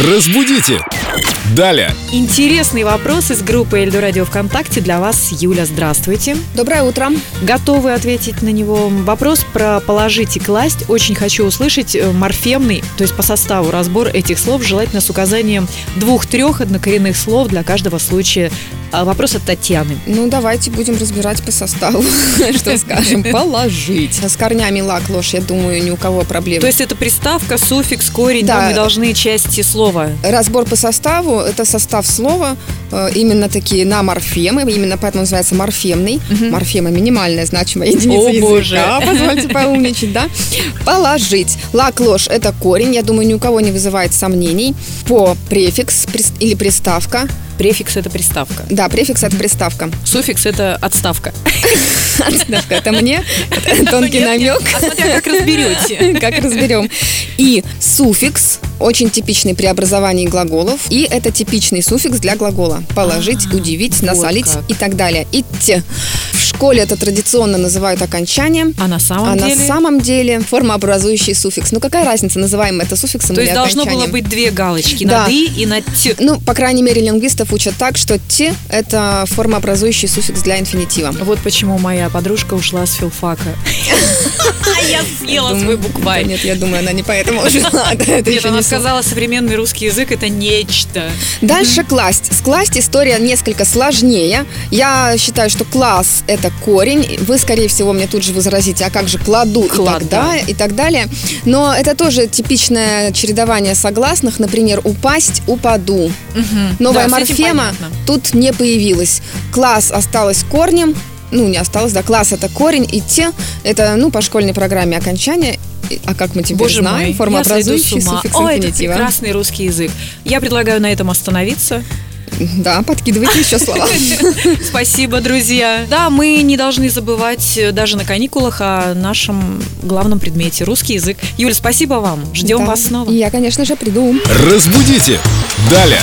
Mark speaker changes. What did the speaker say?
Speaker 1: Разбудите! Далее!
Speaker 2: Интересный вопрос из группы Эльдо Радио ВКонтакте для вас. Юля, здравствуйте.
Speaker 3: Доброе утро.
Speaker 2: Готовы ответить на него? Вопрос про положить и класть. Очень хочу услышать э, морфемный, то есть по составу разбор этих слов, желательно с указанием двух-трех однокоренных слов для каждого случая. А Вопрос от Татьяны.
Speaker 3: Ну, давайте будем разбирать по составу, что скажем. Положить. С корнями лак, ложь, я думаю, ни у кого проблем.
Speaker 2: То есть это приставка, суффикс, корень,
Speaker 3: Да.
Speaker 2: да. мы должны части слова.
Speaker 3: Разбор по составу – это состав слова, э, именно такие на морфемы, именно поэтому называется морфемный. Морфема – минимальная значимая единица
Speaker 2: О,
Speaker 3: языка.
Speaker 2: боже.
Speaker 3: Позвольте поумничать, да? Положить. Лак, ложь – это корень, я думаю, ни у кого не вызывает сомнений. По префикс прис- или приставка.
Speaker 2: Префикс – это приставка.
Speaker 3: Да, префикс – это приставка.
Speaker 2: Суффикс – это отставка.
Speaker 3: Приставка – это мне, тонкий
Speaker 2: Нет, нет,
Speaker 3: намек.
Speaker 2: а смотря как разберете.
Speaker 3: как разберем. И суффикс очень типичный при образовании глаголов. И это типичный суффикс для глагола. Положить, удивить, насолить
Speaker 2: А, как.
Speaker 3: и так далее. Идти. В школе это традиционно называют окончанием.
Speaker 2: А на самом
Speaker 3: а
Speaker 2: деле?
Speaker 3: на самом деле формообразующий суффикс. Ну какая разница, называем это суффиксом
Speaker 2: То
Speaker 3: или
Speaker 2: есть должно было
Speaker 3: окончанием?
Speaker 2: быть две галочки
Speaker 3: Да.
Speaker 2: на «ды» и на «т».
Speaker 3: Ну, по крайней мере, лингвистов учат так, что «те» — это формообразующий суффикс для инфинитива.
Speaker 2: Вот почему моя подружка ушла с филфака. Я съела
Speaker 3: Думаю,
Speaker 2: свой
Speaker 3: да
Speaker 2: букварь.
Speaker 3: Нет, я думаю, она не поэтому ушла. Да, это
Speaker 2: Нет,
Speaker 3: еще
Speaker 2: она
Speaker 3: не суффикс.
Speaker 2: сказала, современный русский язык – это нечто.
Speaker 3: Дальше класть. С класть история несколько сложнее. Я считаю, что класс – это корень. Вы, скорее всего, мне тут же возразите, а как же кладу
Speaker 2: Клад,
Speaker 3: и, так далее, и так далее. Но это тоже типичное чередование согласных. Например, упасть – упаду. Новая
Speaker 2: Да, с этим
Speaker 3: морфема
Speaker 2: понятно.
Speaker 3: тут не появилась. Класс осталась корнем. Ну, не осталось, да. Класс – это корень. И те – это, ну, по школьной программе окончание. И- А как мы теперь
Speaker 2: Боже
Speaker 3: знаем?
Speaker 2: мой,
Speaker 3: формообразующий
Speaker 2: я сойду с ума.
Speaker 3: суффикс
Speaker 2: О, это
Speaker 3: инфинитива.
Speaker 2: прекрасный русский язык. Я предлагаю на этом остановиться.
Speaker 3: да, подкидывайте еще слова.
Speaker 2: Спасибо, друзья. Да, мы не должны забывать э, даже на каникулах о нашем главном предмете – русский язык. Юль, спасибо вам. Ждем
Speaker 3: Да.
Speaker 2: вас снова.
Speaker 3: Я, конечно же, приду.
Speaker 1: Разбудите! Далее!